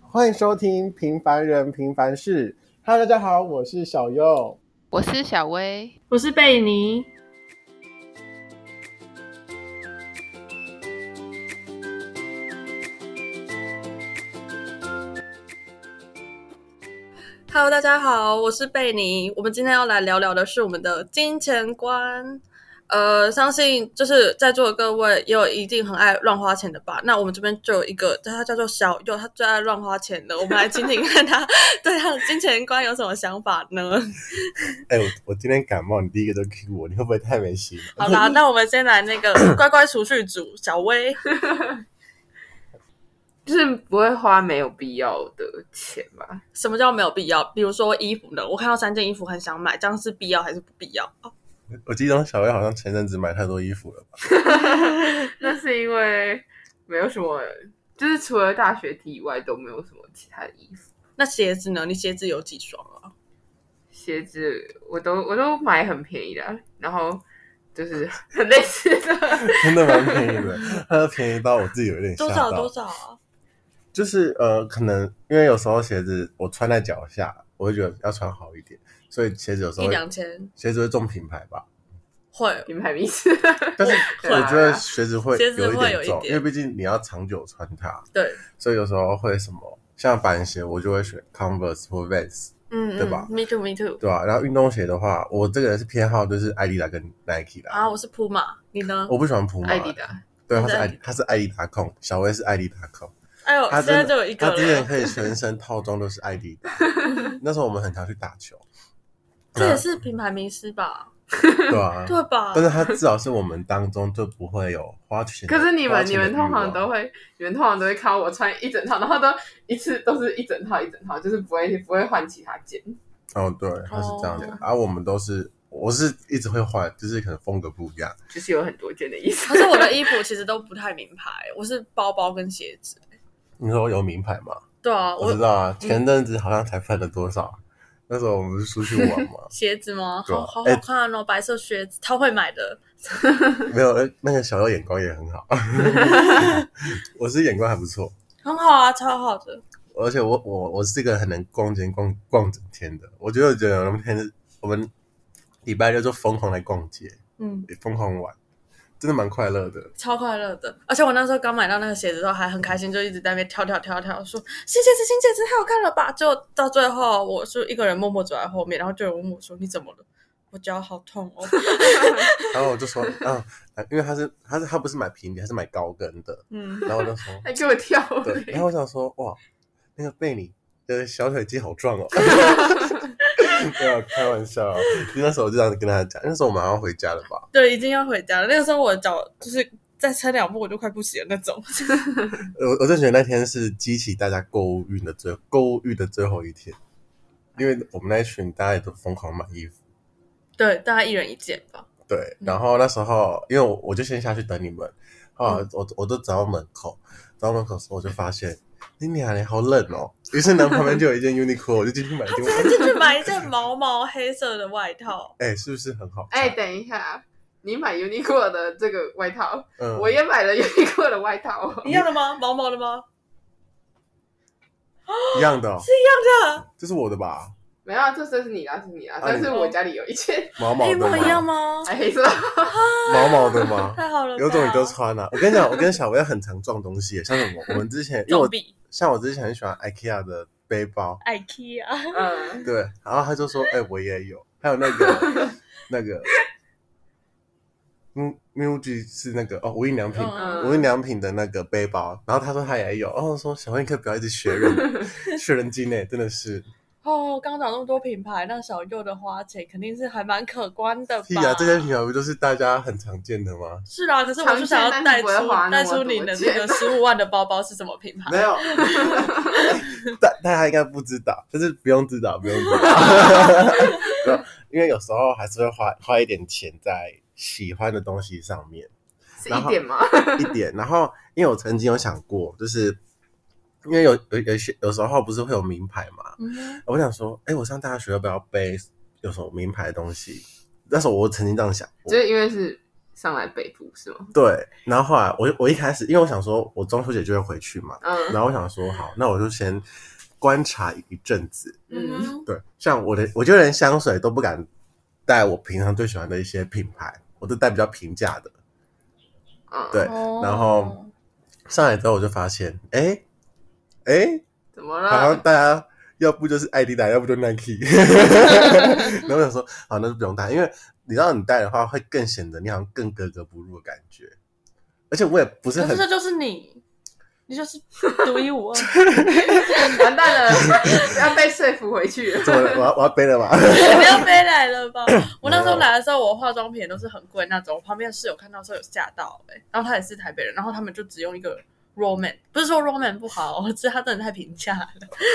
欢迎收听《平凡人平凡事》。Hello，大家好，我是小优。我是小薇，我是贝尼。 Hello，大家好，我是贝尼。我们今天要来聊聊的是我们的金钱观。呃，相信就是在座的各位也有一定很爱乱花钱的吧？那我们这边就有一个，他叫做小右，他最爱乱花钱的。我们来听听看他 对他的金钱观有什么想法呢？哎、我我今天感冒，你第一个都 Q 我，你会不会太没心了？好啦，那我们先来那 个乖乖储蓄组小薇。就是不会花没有必要的钱吧？什么叫没有必要？比如说衣服呢，我看到三件衣服很想买，这样是必要还是不必要？哦我记得小薇好像前阵子买太多衣服了吧？ 那是因为没有什么，就是除了大学 T 以外都没有什么其他的衣服。那鞋子呢？你鞋子有几双啊？鞋子我都我都买很便宜的啊，然后就是很类似的，真的蛮便宜的， 它都便宜到我自己有点吓到。多少多少啊？就是呃，可能因为有时候鞋子我穿在脚下，我会觉得要穿好一点，所以鞋子有时候一会两千鞋子会中品牌吧。会。品牌名词。但是对我啊觉得鞋子会鞋子有一会有点一重，因点为毕竟你要长久穿它，对，所以有时候会什么像板鞋，我就会选 Converse 或 Vans，嗯，对吧嗯？Me too, me too。对吧、啊然后运动鞋的话，我这个人是偏好就是艾迪达跟 Nike 的啊，我是普马，你呢？我不喜欢普马，艾迪达，对，他是对艾他是艾迪达控，小薇是艾迪达控，哎呦，他现在真就有的一个他之前了，可以全身套装都是艾迪 达，那时候我们很常去打球，这也是品牌名师吧？对啊，对吧但？是他至少是我们当中就不会有花钱的，可是你花们钱你的们通欲常望都会，你们通常都会看到我穿一整套，然后都一次都是一整套一整套，就是不会不会换其他件。哦，对，他是这样的，而、啊、我们都是，我是一直会换，就是可能风格不一样。就是有很多件的意思可。 是我的衣服其实都不太名牌，我是包包跟鞋子。你说有名牌吗？对啊，我我，知道啊，前阵子好像才喷了多少，那时候我们是出去玩嘛 鞋子吗？对啊好好哎好看哦，白色靴子，超会买的。没有，那那个小友眼光也很好，我是眼光还不错，很好啊，超好的。而且我我我是一个很能逛街逛逛整天的，我就觉得我们天我们礼拜六就疯狂来逛街，嗯，疯狂玩，真的蛮快乐的。超快乐的。而且我那时候刚买到那个鞋子的时候还很开心，就一直在那边跳跳跳跳，说新鞋子新鞋子太好看了吧！就到最后，我是一个人默默走在后面，然后就有人问我说你怎么了？我脚好痛哦。然后我就说，啊，因为他是他是他不是买平底，他是买高跟的， 嗯，然后我就说，哎还给我跳对，然后我想说，哇，那个贝里的小腿肌好壮哦。 没有开玩笑，就那时候我就这样跟他讲，那时候我们好像回家了吧？对，已经要回家了。那个时候我的脚就是再撑两步我就快不行了那种。 我我就觉得那天是激起大家购物欲的最购物欲的最后一天，因为我们那一群大家也都疯狂买衣服，对，大家一人一件吧。对，嗯然后那时候因为我我就先下去等你们，啊，嗯我我都走到门口，走到门口的时候我就发现，哎你娘嘞，好冷哦！于是呢，旁边就有一件 Uniqlo，我就进去买一件， 进去买一件毛毛黑色的外 套，哎、是不是很好看？哎，等一下，你买 Uniqlo 的这个外套，嗯，我也买了 Uniqlo 的外套 哦。一样的吗？毛毛的吗？一样的哦、这样这是我的吧？没有啊，这这是你啦，这是你啦，啊但你是我家里有一件哎毛毛一的模吗？哎一样吗？白黑色。毛毛的 吗？太好了吧，有种你都穿啊了、我跟你讲，我跟小薇很常撞东西，像什 么？我们之前因为重我比像我之前很喜欢 IKEA 的背包， IKEA 嗯，对，然后他就 说：“哎、我也有。”还有那个那个，嗯 m u j i 是那个哦，无印良品，嗯无印良品的那个背包。然后他说他也有，然后我说小薇，你可以不要一直学人 学人精呢，真的是哦，刚讲那么多品牌，那小右的花钱肯定是还蛮可观的吧？屁啊！这些品牌不就是大家很常见的吗？是啦，可是我就想要常见但带是出不会花那带么多出你的那个十五万的包包是什么品牌？没有，大大家应该不知道，就是不用知道，不用知道，没有因为有时候还是会花花一点钱在喜欢的东西上面是然一后点吗？一点。然后，因为我曾经有想过，就是因为有有有些有时候不是会有名牌嘛，嗯，我想说，哎、我上大学要不要背有什么名牌的东西？那时候我曾经这样想过就，是因为是上来北部是吗？对，然后后来我我一开始，因为我想说，我中秋节就会回去嘛，嗯然后我想说，好，那我就先观察一阵子。嗯哼，对，像我的，我就连香水都不敢带，我平常最喜欢的一些品牌，我都带比较平价的。嗯，对哦然后上来之后，我就发现，哎哎，怎么好像了？大家要不就是艾迪达，要不就 Nike。然后我想说，好，那就不用带，因为你让你带的话，会更显得你好像更格格不入的感觉。而且我也不是可很是这就是你，你 就是独一无二。完蛋了， 要被说服回去了。 怎么了我要我要背了吧？ 不要飞来了 吧！我那时候来的时候，我化妆品也都是很贵那种。我旁边的室友看到的时候有吓到、欸，然后他也是台北人，然后他们就只用一个 Roman，不是说 Roman 不好，我知道他真的太平价了，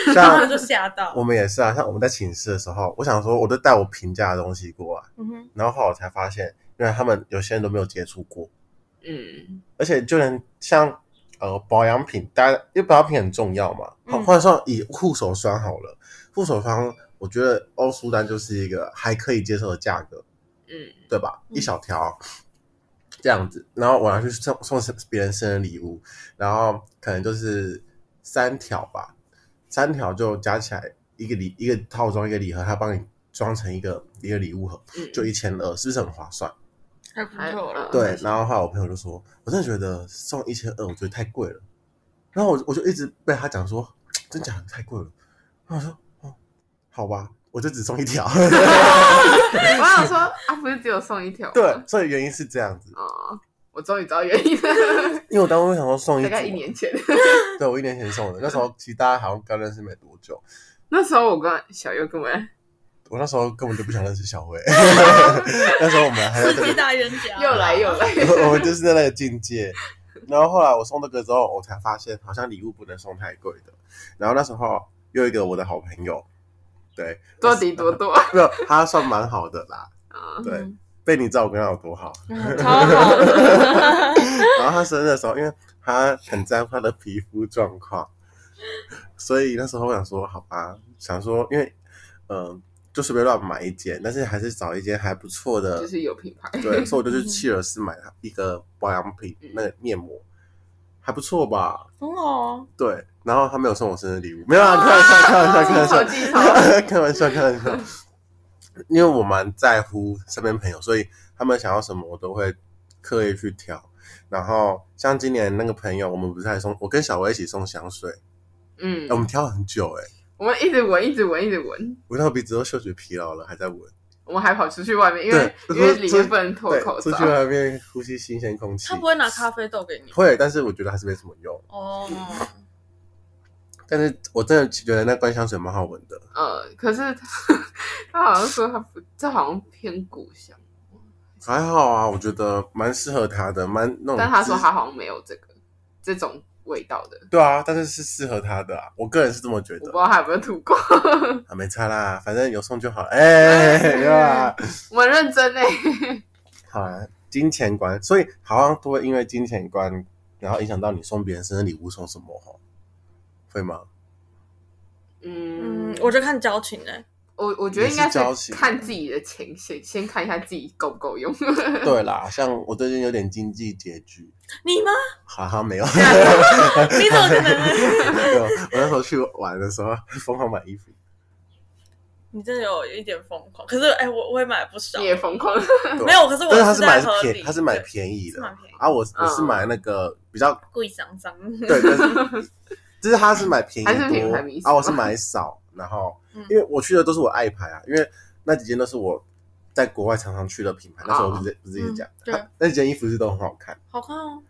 然后他像们就吓到。啊我们也是啊，像我们在寝室的时候，我想说我都带我平价的东西过来，嗯哼，然后后来我才发现，原来他们有些人都没有接触过，嗯，而且就连像呃保养品，大家因为保养品很重要嘛，好，嗯或者说以护手霜好了，护手霜我觉得欧舒丹就是一个还可以接受的价格，嗯，对吧？嗯一小条这样子，然后我拿去送送别人生日礼物，然后可能就是三条吧，三条就加起来一个礼一个套装一个礼盒，他帮你装成一个一个礼物盒，嗯就一千二，是不是很划算？还不错了。对，然后后来我朋友就说，我真的觉得送一千二，我觉得太贵了。然后我我就一直被他讲说，真假的太贵了。然后我说，哦，好吧，我就只送一 条。我想说啊，不是只有送一条吗？对，所以原因是这样子，哦，我终于知道原因了，因为我当时想说送一大组，概一年前。对我一年前送的，那时候其实大家好像刚认识没多久，那时候我跟小优跟我我那时候根本就不想认识 小薇，那时候我们还在刺这激个，达人 家又来又来，我们就是在那个境界。然后后来我送这个之后，我才发现好像礼物不能送太贵的。然后那时候又一个我的好朋友，对，多迪多多。没有，他算蛮好的啦。嗯对嗯，被你知道我跟他有多好。 嗯超好 的。然后他生日的时候，因为他很在乎他的皮肤状况，所以那时候我想说，好吧，想说，因为嗯、呃就随便乱买一间，但是还是找一间还不错的，就是有品 牌， 对，所以我就去契尔斯买了一个保养品，嗯那个面膜还不错吧？很好啊，对，然后他没有送我生日礼物，没有啊，开玩笑，开玩笑，开玩笑手，机超 开玩笑，开玩笑。因为我蛮在乎身边朋友，所以他们想要什么我都会刻意去挑。然后像今年那个朋友，我们不是还送我跟小薇一起送香水，嗯哎，我们挑很久哎、我们一直闻，一直闻，一直闻，闻到鼻子都嗅觉疲劳了，还在闻。我们还跑出去外面，因为对因为里面不能脱对，口出罩去，外面呼吸新鲜空气他。不会拿咖啡豆给你会，但是我觉得还是没什么用。哦。但是我真的觉得那罐香水蛮好闻的，呃，可是 他他好像说他不，这好像偏故乡，还好啊，我觉得蛮适合他的，蛮那种。但他说他好像没有这个这种味道的，对啊，但是是适合他的啊，我个人是这么觉我不得知。道他有没有吐过， 啊，没差啦，反正有送就好了。哎、对吧？我们认真欸嘞，好啦，金钱观，所以好像都会因为金钱观，然后影响到你送别人生日礼物送什么哈，会吗？嗯嗯，，我就看交情哎、我我觉得应该也是交情是看自己的钱，先先看一下自己够不够用。对啦，像我最近有点经济拮据，你吗？ 好像没有，你怎么可能？ 没有。我那时候去玩的时候疯狂买衣服，你真的有一点疯狂，可是哎、我我也买不少你。也疯狂，对没有，可是我但是他是买在是合理便，，他是买对便宜是的蛮便宜啊，我我是嗯买那个比较贵脏脏。 对，但是就是他是买便宜还是品多牌迷，思啊，我是买少，然后嗯因为我去的都是我爱牌啊，因为那几件都是我在国外常常去的品牌，那时候我不是不是也讲，嗯对它那几件衣服是都很好看，好看哦。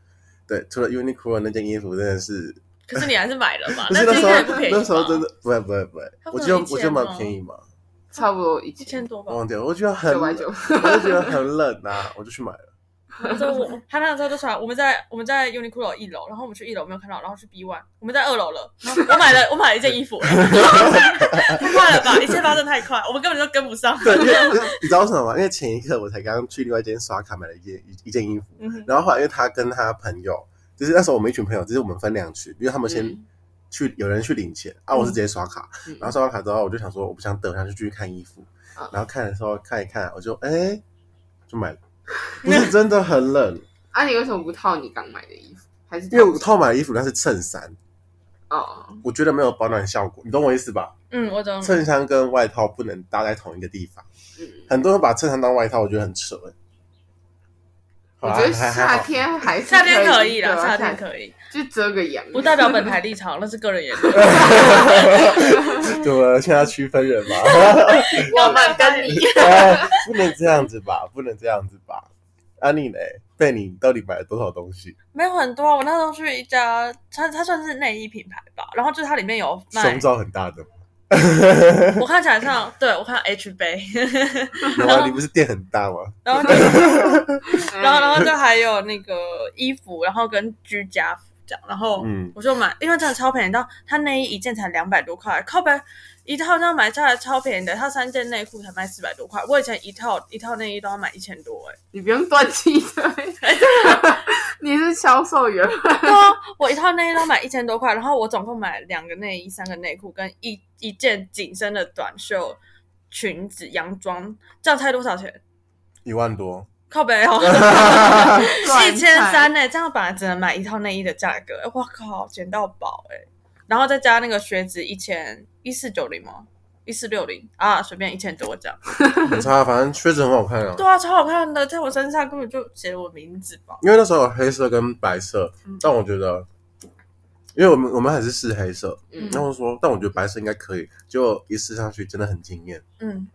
对，除了 Uniqlo 那件衣服真的是，可是你还是买了吧？ 不是那这时啊应该也不候便宜吧那时候真的不会不会不会它，不我能觉得一千我觉得蛮吗便宜嘛，差不多一一千千多吧。忘掉，我觉得很九百冷，九。我就觉得很冷啊，我就去买了， 那时候我他那时候就穿，我们在我们在 Uniqlo 一楼，然后我们去一楼没有看到，然后去 B One，我们在二楼了。然后我买了我买了一件衣服， 太快了吧！一切发生太快，我们根本就跟不上。对，因为你知道为什么吗？因为前一刻我才刚去另外一间刷卡买了一件一一件衣服，嗯哼，然后后来因为他跟他朋友，就是那时候我们一群朋友，就是我们分两群，因为他们先嗯去、有人去领钱啊，我是直接刷卡，嗯然后刷完卡之后我就想说我不想等，我想去继续看衣服，嗯 然后看的时候看一看，我就哎、就买了，不是真的很冷，啊，你为什么不套你刚买的衣服？还是因为我套买的衣服那是衬衫，哦，我觉得没有保暖效果，你懂我意思吧？嗯，我懂。衬衫跟外套不能搭在同一个地方，嗯，很多人把衬衫当外套，我觉得很扯、欸。好我啦觉得还夏还 好，天还是夏天可可以啦，夏天以可以，对啊，就遮个阳，不代表 本台立场，那是个人言论。怎么现在区分人嘛？ 我们跟你 哎不能这样子吧，不能这样子吧。安妮嘞，被你到底买了多少东西？没有很多啊，我那时候去一家，它它算是内衣品牌吧，然后就是它里面有卖胸，罩很大的吗，我看起来像，对我看 H 杯，有啊，你不是店很大吗？然后就然后然后后就还有那个衣服，然后跟居家服这样，然后嗯我就买，因为真的超便宜，到它内衣一件才两百多块，靠北一套这样买下来超便宜的，它三件内裤才卖四百多块，我以前一套一套内衣都要买一千多哎、 你不用断气的， 你是销售员吗，对啊，我一套内衣都要买一千多块，然后我总共买两个内衣、三个内裤跟一一件紧身的短袖裙子洋装，这样猜多少钱？一万多，靠北哦，乱一千猜三呢，这样本来只能买一套内衣的价格，哎、我靠，捡到宝哎、然后再加那个靴子一千一四九零吗？一四六零啊，随便一千多这样。很 差，啊反正靴子很好看啊对。啊，超好看的，在我身上根本就写我名字吧。因为那时候有黑色跟白色嗯，但我觉得，因为我们我们还是试黑色，嗯然后说，但我觉得白色应该可以，结果一试上去真的很惊艳，嗯，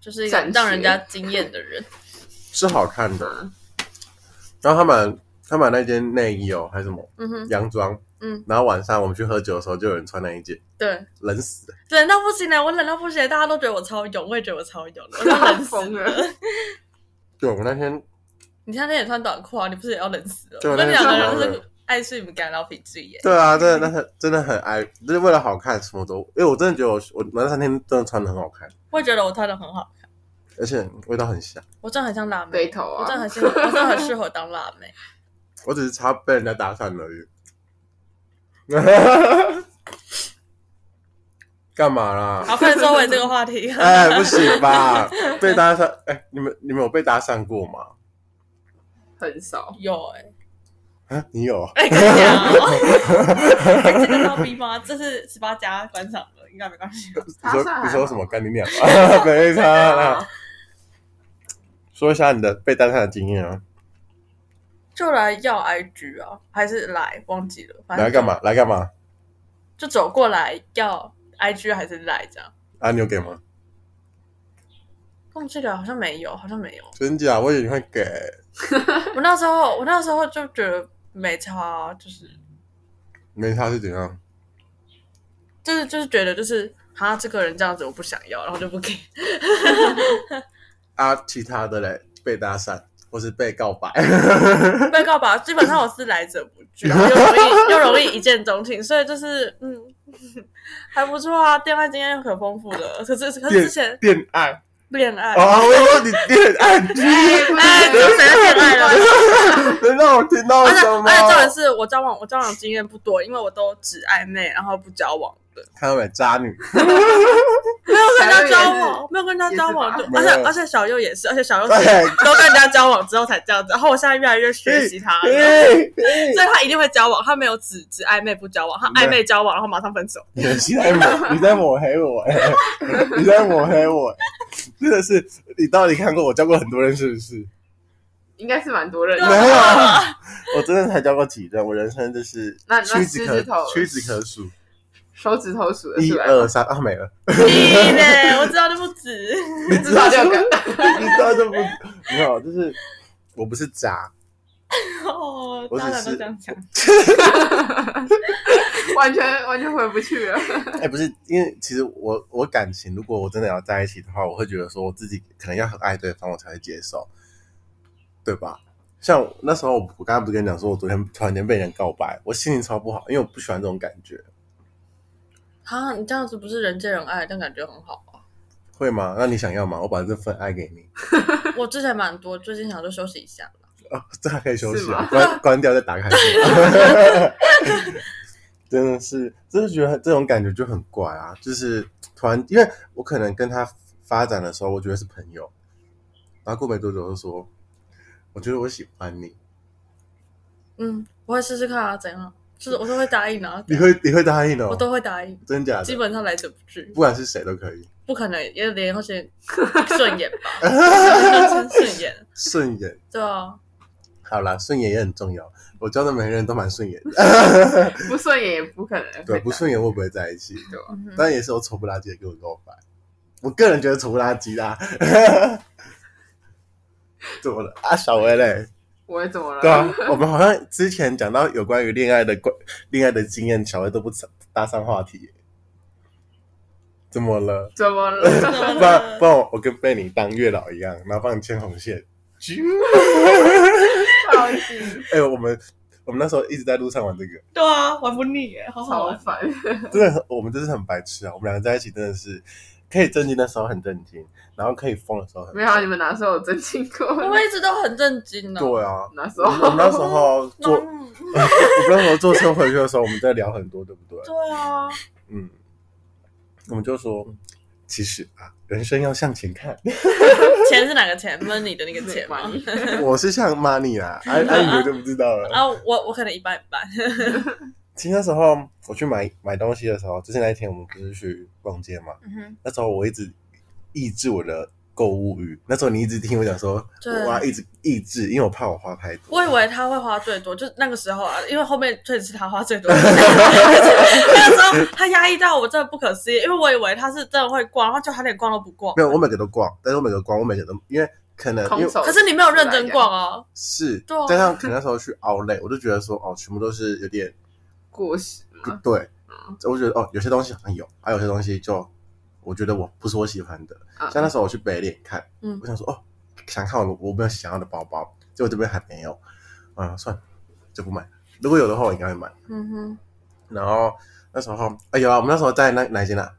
就是一个暂时让人家惊艳的人。是好看的。嗯然后他买他买那件内衣哦，还是什么嗯哼，洋装，嗯，然后晚上我们去喝酒的时候，就有人穿那一件，对，冷死了。冷到不行欸了，我冷到不行了，大家都觉得我超勇，我也觉得我超勇， 我都冷死疯了。了，对我那天你那天也穿短裤啊，你不是也要冷死了？对我们那两天个超人就冷是爱睡不干扰品质耶。对 啊，真的那很真的很爱，就是为了好看什么都，因为我真的觉得我我那三天真的穿的很好看，会觉得我穿的很好，而且味道很香。我真的很像辣妹，对头啊我真的很适合，我真的很适合当辣 妹。我只是差被人家搭讪而已。 干嘛啦？好，快收尾这个话 题。哎，不行吧？被搭讪？哎，你们你们有被搭讪过吗？ 很少，有哎、欸，啊，你有？哎、跟你讲哦哎这个要逼吗？这是十八家观赏的，应该没关系吧。你搭讪还说好你说什么？干你娘啊！ 没差啦。说一下你的被搭讪的经验啊！就来要 IG 啊，还是来忘记了，反正来干嘛？来干嘛？就走过来要 IG 还是来这样。啊，你有给吗？忘记了，好像没有，好像没有。真假？我以为你会给。我那时候，我那时候就觉得没差，啊就是没差是怎样？就是就是觉得就是，哈，这个人这样子我不想要，然后就不给。啊，其他的嘞，被搭讪或是被告白，被告吧，基本上我是来者不拒、啊，又容易又容易一见钟情，所以就是嗯， 还不错啊，恋爱经验很丰富的。可是可是之前 恋爱 恋爱，啊！我说你恋爱剧，哎，跟谁恋爱了？能让我听到而且什么？而且重点是我交往我交往经验不多，因为我都只暧昧，然后不交往的，看到没，渣女。没有跟小他右交也往，没有跟他交往，就也是吧而且没有而且小右也是，而且小右是对，都跟人家交往之后才这样子，然后我现在越来越学习他哎了。所以他一定会交往，他没有只只暧昧不交往，他暧昧交往然后马上分手。 你在抹，你在抹黑我，哎，你在抹黑我，真的是，你到底看过我教过很多人是不 是？应该是蛮多人没啊的，有，啊我真的才教过几任，我人生就是那那屈指狮子可头屈指可数，手指头数得一出来，二三啊没了，你嘞，我知道就不止。 你至少六个， 你知道就不没有，就是我不是渣，哦，我只大家都是这样讲。完全完全回不 去了。哎、不是，因为其实我我感情，如果我真的要在一起的话，我会觉得说我自己可能要很爱对方，我才会接受，对吧？像我那时候我刚才不是跟你讲说，我昨天突然间被人告白，我心情超不好，因为我不喜欢这种感觉，啊，你这样子不是人见人爱，但感觉很好啊。会吗？那你想要吗？我把这份爱给你我之前蛮多，最近想说休息一下。啊，这还可以休息啊是吗，关关掉再打开。真的是，真的觉得这种感觉就很怪啊，就是突然，因为我可能跟他发展的时候，我觉得是朋友，然后过没多久就说我觉得我喜欢你，嗯，我会试试看啊，怎样？就是我都会答 应啊，你会你会答应哦我？都会答应，真假基的？本上来者不拒，不管是谁都可以，不可能也连或 是顺眼吧， 顺顺眼，顺眼。对啊，好啦，顺眼也很重要。我交的每个人都蛮顺眼的，不顺眼也不可能。对，啊不顺眼会不会在一起？嗯哼当然也是我丑不拉几的跟我告白。我个人觉得丑不拉几啦。怎么了啊，小薇嘞？我怎么了？对啊，我们好像之前讲到有关于恋爱的关恋爱的经验，小薇都不搭上话题耶。怎么了？怎么 了？不然不然我我跟贝你当月老一样，然后帮你牵红线。啾超级哎、我们我们那时候一直在路上玩这个，对啊，玩不腻耶，好好超啊玩，烦。真的很，我们就是很白痴啊！我们两个在一起真的是可以震惊的时候很震惊，然后可以疯的时候很没有啊，你们哪时候有真经过？我们一直都很震惊呢，对啊。哪时我们我们候？那时候坐， 我嗯，们那时候坐车回去的时候，我们在聊很多，对不对？对啊，嗯，我们就说，其实啊，人生要向前看。 钱是哪个钱？money 的那个钱吗？ 你我是向 money 啊，安安你们就不知道了。啊，我我可能一半一半，其实那时候我去买买东西的时候，就是那一天我们不是去逛街嘛，嗯哼，那时候我一直抑制我的购物欲。那时候你一直听我讲说，对我要一直抑制，因为我怕我花太多。我以为他会花最多，就是那个时候啊，因为后面确实是他花最 多。 那个时候他压抑到我真的不可思议，因为我以为他是真的会逛，然后就他连逛都不逛没。有，我每个都逛，但是我每个逛，我每个都因为可能因空为手，可是你没有认真逛啊，是对啊加上可能那时候去 Outlet，我就觉得说哦，全部都是有点过时嗯不吗？对，我就觉得哦，有些东西好像有，还、有些东西就我觉得我不是我喜欢的。啊像那时候我去北脸看，嗯我想说哦，想看我我没有想要的包包，结果这边还没有，啊，算了，就不买了。如果有的话，我应该会买。嗯哼，然后那时候，哎有啊，我们那时候在那哪一间啊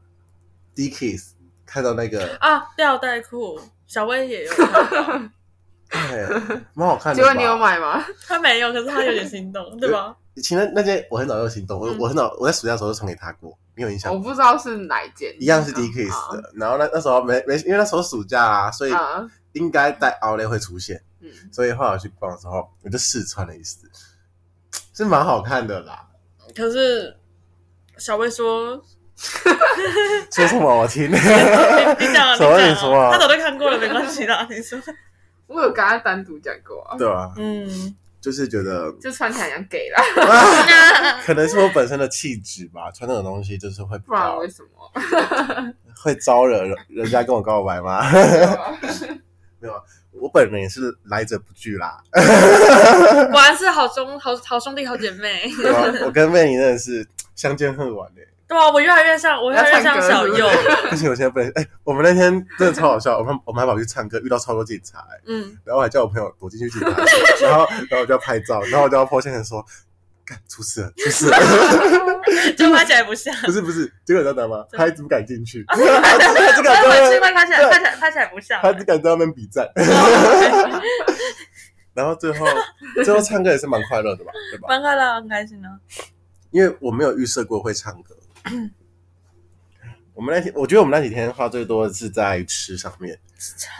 ？D Kiss 看到那个，啊，吊带裤，小薇也有看，哎 蛮好看的。结果你有？买吗？他没有，可是他有点心动，对吧？其实那件我很早就心动，我嗯我很早我在暑假的时候就传给他过，你有印象 我吗？不知道是哪一件，一样是 D 哦啊 Kiss 的，然后那那时候没没，因为那时候暑假啊，所以啊，应该带 Outlet 会出现，嗯，所以后来我去逛的时候，我就试穿了一次，是蛮好看的啦。可是小薇说，说什么我 听？你讲啊，小你讲薇你啊，说啊他早就看过了，没关系啦，你说，我有跟他单独讲过啊，对啊，嗯，就是觉得就穿起来像 gay 啦，可能是我本身的气质吧，穿那种东西就是会比不然较为什么？ 会招惹人人家跟我告白吗？ 对吧我本人也是来者不拒啦，果然是好兄好好兄弟好姐妹。对吧？我跟妹你真的是相见恨晚的、对啊，我越来越像，我越来越像小右。而且我现在不能，哎、我们那天真的超好笑，我们我们还跑去唱歌，遇到超多警察、哎嗯，然后我还叫我朋友躲进去警察室，然后然后我就要拍照，然后我就要 po 现实说，干出事了，出事了， 就拍起来 不像。不是不是，结果你知道吗？真的哦他还只敢进 去，他啊只敢我在去那边，拍起来，拍起来，拍起来不像。他只敢在那边比赞，哦然后 最后最后唱歌也是蛮快乐的吧，对吧？蛮快乐，很开心呢。因为我没有预设过会唱 歌。我们那天，我觉得我们那几天花最多的是在吃上面，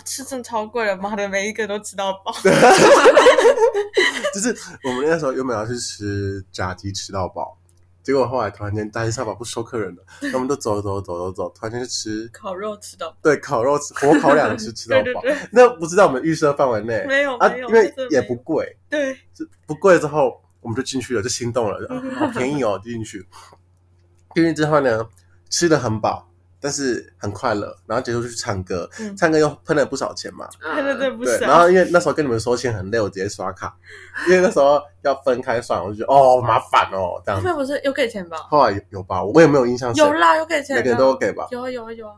吃真的超贵了，妈的，每一个都吃到饱。就是我们那时候原本要去吃炸鸡吃到饱，结果后来突然间炸鸡吃到饱不收客人了，那我们都走走走走走，突然间去吃烤肉吃到，对烤肉吃火烤两吃吃到 对饱，对对，那不知道我们预设范围内没有啊，没有，因为真的也没有不贵，对，是不贵之后我们就进去了，就心动了，就嗯啊好便宜哦， 就进去。进去之后呢，吃的很饱，但是很快乐，然后结束去唱歌，嗯唱歌又喷了不少钱嘛，对对对，不对，是然啊。后因为那时候跟你们收钱很累，我直接刷卡，因为那时候要分开算，我就觉得 哦麻烦哦这样后子。面不是有给钱吧？后来有有吧，我也没有印象谁，有啦，有给钱每啊，啊个人都有给吧？有啊有啊有啊，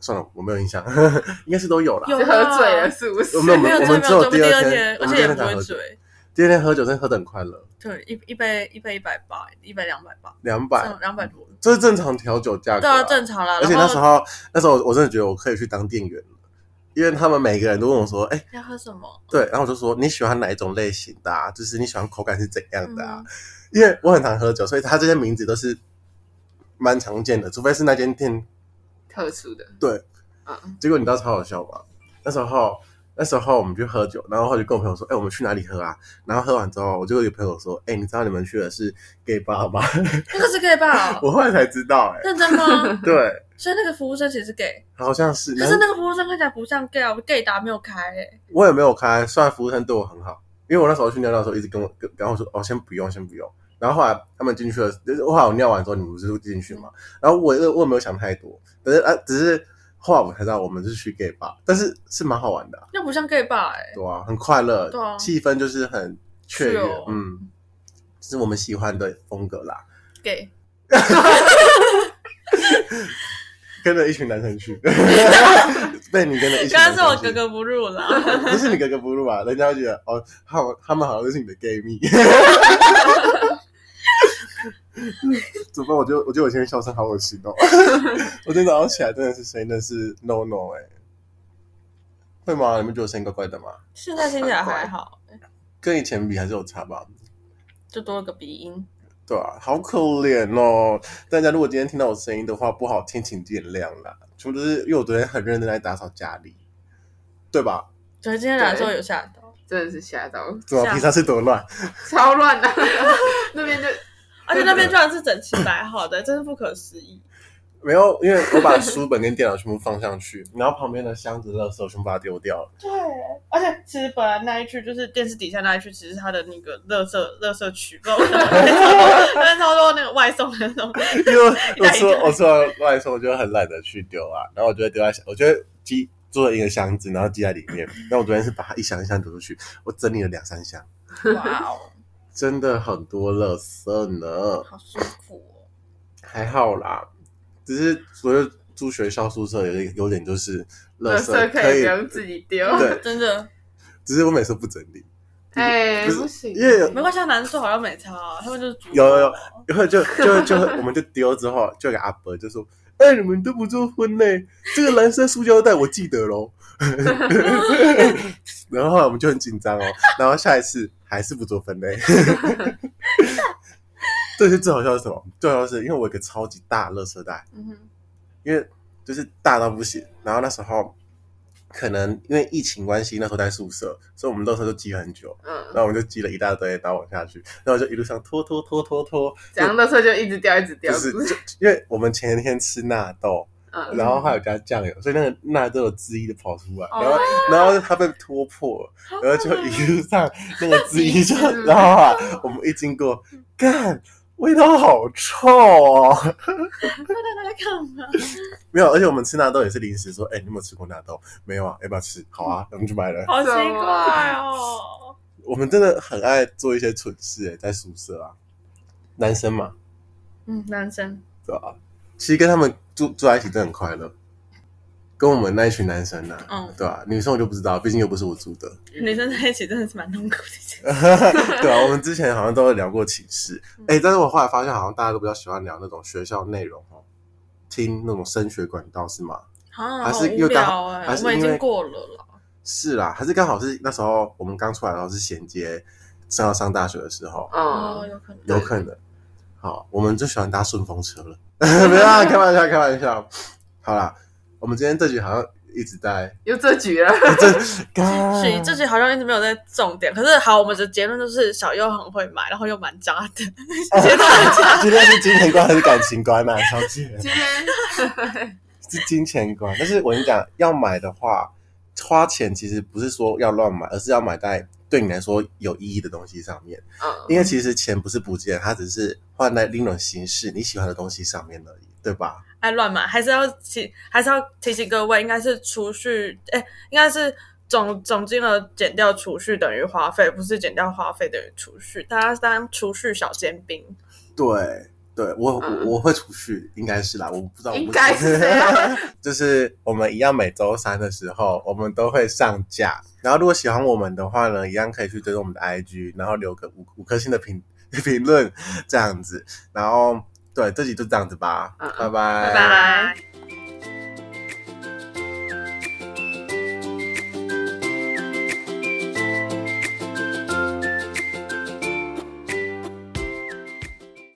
算了，我没有印象， 应该是都有啦。有就喝醉了是不是我？没有哎没有我真们的没只有，有第第二二天啊而且也我们第二天不才会喝酒醉。第二天喝酒真的喝得很快乐，对，一一杯一杯一百八，一杯两百八，两这百，样两百多，这是正常调酒价格啊啊、对啊，正常啦。而且然那后时候那时候我真的觉得我可以去当店员了，因为他们每个人都问我说，哎、要喝什么？对，然后我就说你喜欢哪一种类型的、啊，就是你喜欢口感是怎样的嗯啊？因为我很常喝酒，所以他这些名字都是蛮常见的，除非是那间店。特殊的，对，嗯，结果你知道超好笑吗？那时候那时候我们去喝酒，然后后来就跟我朋友说：“哎、我们去哪里喝啊？”然后喝完之后，我就有朋友说：“哎、你知道你们去的是 gay bar 吗 那个是 gay 吧？”我后来才知道、哎，认真吗？对，所以那个服务生其实 gay，好像是。可但是那个服务生看起来不像 gay 啊，我 gay 达没有开哎、我也没有开，虽然服务生对我很好，因为我那时候去尿尿的时候一直跟我跟，然后我说哦，先不用，先不用。然后后来他们进去了，就是后来我尿完之后，你们不是进去嗯嘛？然后我也我也没有想太多，只是啊，只是后来我才知道我们是去 gay 吧，但是是蛮好玩的啊、那不像 gay 吧哎、对啊，很快乐，对啊气氛就是很雀是跃，哦嗯，是我们喜欢的风格啦， gay。跟着一群男生 去， 被你跟着一群刚男生刚去，是我格格不入了，不是你格格不入啊，人家会觉得哦，他们他们好像就是你的 gay 蜜。 怎么办？我觉得我觉得我今天笑声好恶心哦！ 我今天早上起来真的是声音真的是 no no 哎、会吗？你们觉得我声音怪怪的吗？ 现在听起来还好，跟以前比还是有差吧？就多了个鼻音。对啊，好可怜哦！大家如果今天听到我声音的话，不好听请见谅啦。全部都是因为我昨天很认真在打扫家里，对吧？所以今天来的时候有吓到，真的是吓到，怎么是啊平常是多乱？超乱的，啊 那边就而且那边居然是整齐摆好的，真是不可思议。没有，因为我把书本跟电脑全部放上 去，然后旁边的箱子、垃圾我全部把它丢掉了。对，而且其实本来那一区就是电视底下那一区，其实它的那个乐色乐色区， 不知道为什么但是超多那个外送的那种，因为我 哪一说个我说外送，我就很懒得去丢啊，然后我就会丢在箱，我就会积做了一个箱子，然后积在里 面。那我昨天是把它一箱一箱丢出去，我整理了两三箱，哇哦，真的很多垃圾呢。好哦舒服还好啦，只是我觉得住学校宿舍有点有点就是垃垃圾圾可可以以不，用自己丢哦，，对真的只是我每次不整理，哎，不是不行，因为没关系，男生好像没差啊，他们就是主有有有然后就就就我们就丢之后，就给阿伯就说：“哎、你们都不做婚嘞、 这个蓝色塑胶袋我记得喽。”然后后来我们就很紧张哦，然后下一次还是不做分类。这是 最好笑的是什么？最好笑的是因为我有一个超级大的垃圾袋，嗯哼因为就是大到不行。然后那时候可能因为疫情关系，那时候在宿舍，所以我们那时候就积很久。然嗯，后我们就积了一大堆，然后往下去，然后就一路上拖拖拖拖拖，这样垃圾就一直掉，一直掉，就是就因为我们前一天吃纳豆，嗯，然后还有加酱油，所以那个纳豆的汁液就跑出来，哦 Oh 然后然后它被戳破了，好然后就一路上那个汁液就嗯，然后啊，我们一经过，干。味道好臭哦！那在干嘛？没有，而且我们吃纳豆也是临时说，哎、你有没有吃过纳豆？没有啊，要不要吃？好嗯啊，我们就买 了。好奇怪哦。我们真的很爱做一些蠢事、哎，在宿舍啊，男生嘛，嗯，男生对吧、其实跟他们住住在一起真的很快乐，跟我们那一群男生呢、嗯对吧、啊女生我就不知道，毕竟又不是我住的， 女生在一起真的是蛮痛苦的一 件事。对啊，我们之前好像都有聊过寝室，嗯哎、但是我后来发现好像大家都比较喜欢聊那种学校内容哦，听那种升学管道是吗？啊，还好是无又刚聊好哎、还我是们已因为经过了啦。是啦，还是刚好是那时候我们刚出来的时候是衔接上要上大学的时候，哦，嗯，有可能。有可能。好，我们最喜欢搭顺风车了， 没有啦，开玩笑，开玩笑。好啦，我们今天这局好像一直在又这局了，干是，这集好像一直没有在重点。可是好，我们的结论就是小优很会买，然后又蛮渣的。 结论 今天是金钱观还是感情观呐、啊，小姐？今天是金钱观，但是我跟你讲，要买的话，花钱其实不是说要乱买，而是要买在对你来说有意义的东西上面。 嗯，因为其实钱不是不见，它只是换在另一种形式你喜欢的东西上面而已，对吧？爱乱买，还是要提，还是要提醒各位，应该是储蓄，哎、应该是总总金额减掉储蓄等于花费，不是减掉花费等于储蓄。大家当储蓄小尖兵，对。对我我嗯我会储蓄，应该是啦，我不知道，我不应该是啊这样， 就是我们一样每周三的时候，我们都会上架。然后如果喜欢我们的话呢，一样可以去追踪我们的 IG，然后留个五五颗星的评 评论这样子。然后对，这集就这样子吧，嗯嗯拜拜拜拜。